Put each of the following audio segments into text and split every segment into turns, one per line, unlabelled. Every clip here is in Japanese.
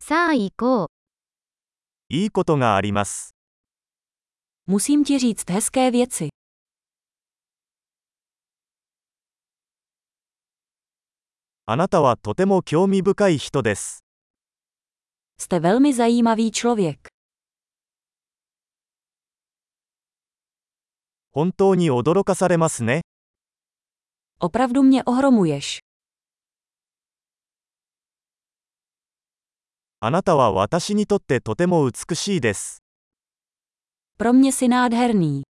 さあ行こう。
いいことがあります。
Musím ti říct hezké věci.
あなたはとても興味深い人です。
Jste velmi zajímavý člověk.
本当に驚かされますね。
Opravdu mě ohromuješ.
あなたは私にとってとても美しいです。
Pro mě si nádherný.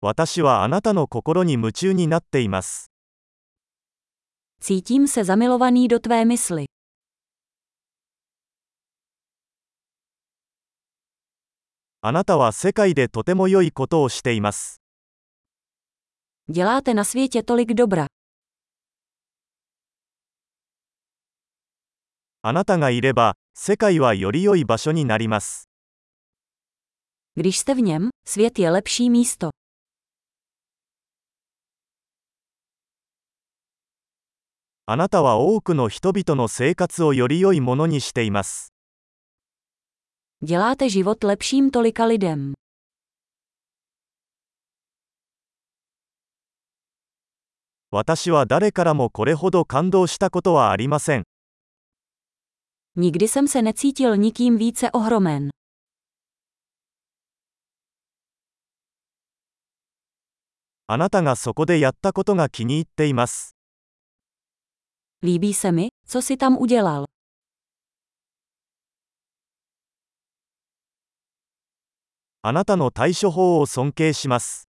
私はあなたの心に夢中になっています。
Cítím se zamilovaný do tvé mysli.
あなたは世界でとても良いことをしています。
Děláte na světě tolik dobra.
あなたがいれば、世界はより良い場所になります。
Když jste v něm, svět je lepší místo.
あなたは多くの人々の生活をより良いものにしています。
Děláte život lepším tolika lidem.
私は誰からもこれほど感動したことはありません。
Nikdy jsem se necítil nikým více ohromen.
あなたがそこでやったことが気に入っています。
Líbí se mi, co si tam udělal.
あなたの対処法を尊敬します。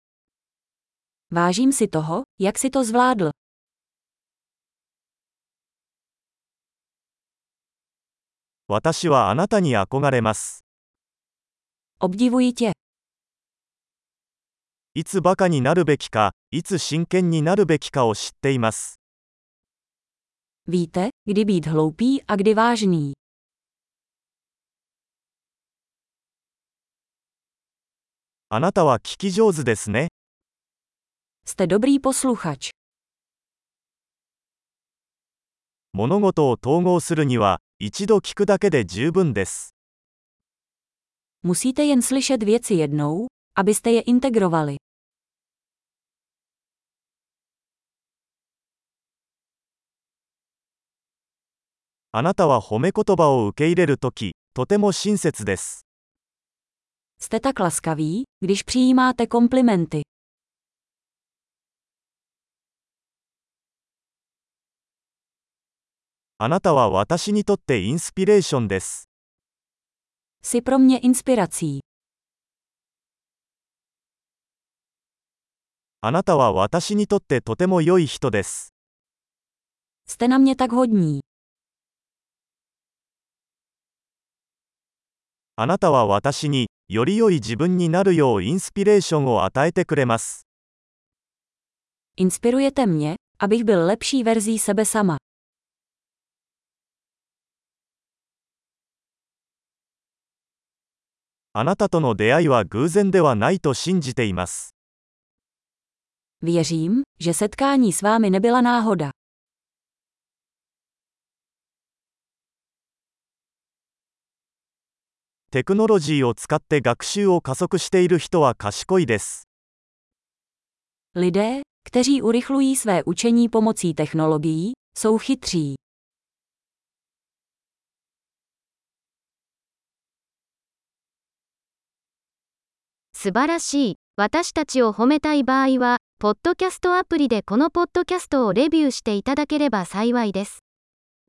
Vážím si toho, jak si to zvládl.
私はあなたに憧れます。
Obdivuji tě.
いつバカになるべきか、いつ真剣になるべきかを知っています。
Víte, kdy být hloupý a kdy vážný.
あなたは聞き上手ですね。
Jste dobrý posluchač.
物事を統合するには、一度聞くだけで十分です。
Musíte jen slyšet věci jednou, abyste je integrovali.
あなたは褒め言葉を受け入れるとき、とても親切です。
Jste tak laskaví, když přijímáte komplimenty.
あなたは私にとってインスピレーションです。
Jsi pro mě inspirací.
あなたは私にとってとても良い人です。
Jste na mě tak hodní.
あなたは私に、より良い自分になるようインスピレーションを与えてくれます。
Inspirujete mě, abych byl lepší verzí sebe sama.
あなたとの出会いは偶然ではないと信じています。
Věřím, že setkání s vámi nebyla náhoda.
テクノロジーを使って学習を加速している人は賢いです。
Lidé, kteří urychlují své učení pomocí technologií, jsou chytří.
素晴らしい。私たちを褒めたい場合は、ポッドキャストアプリでこのポッドキャストをレビューしていただければ幸いです。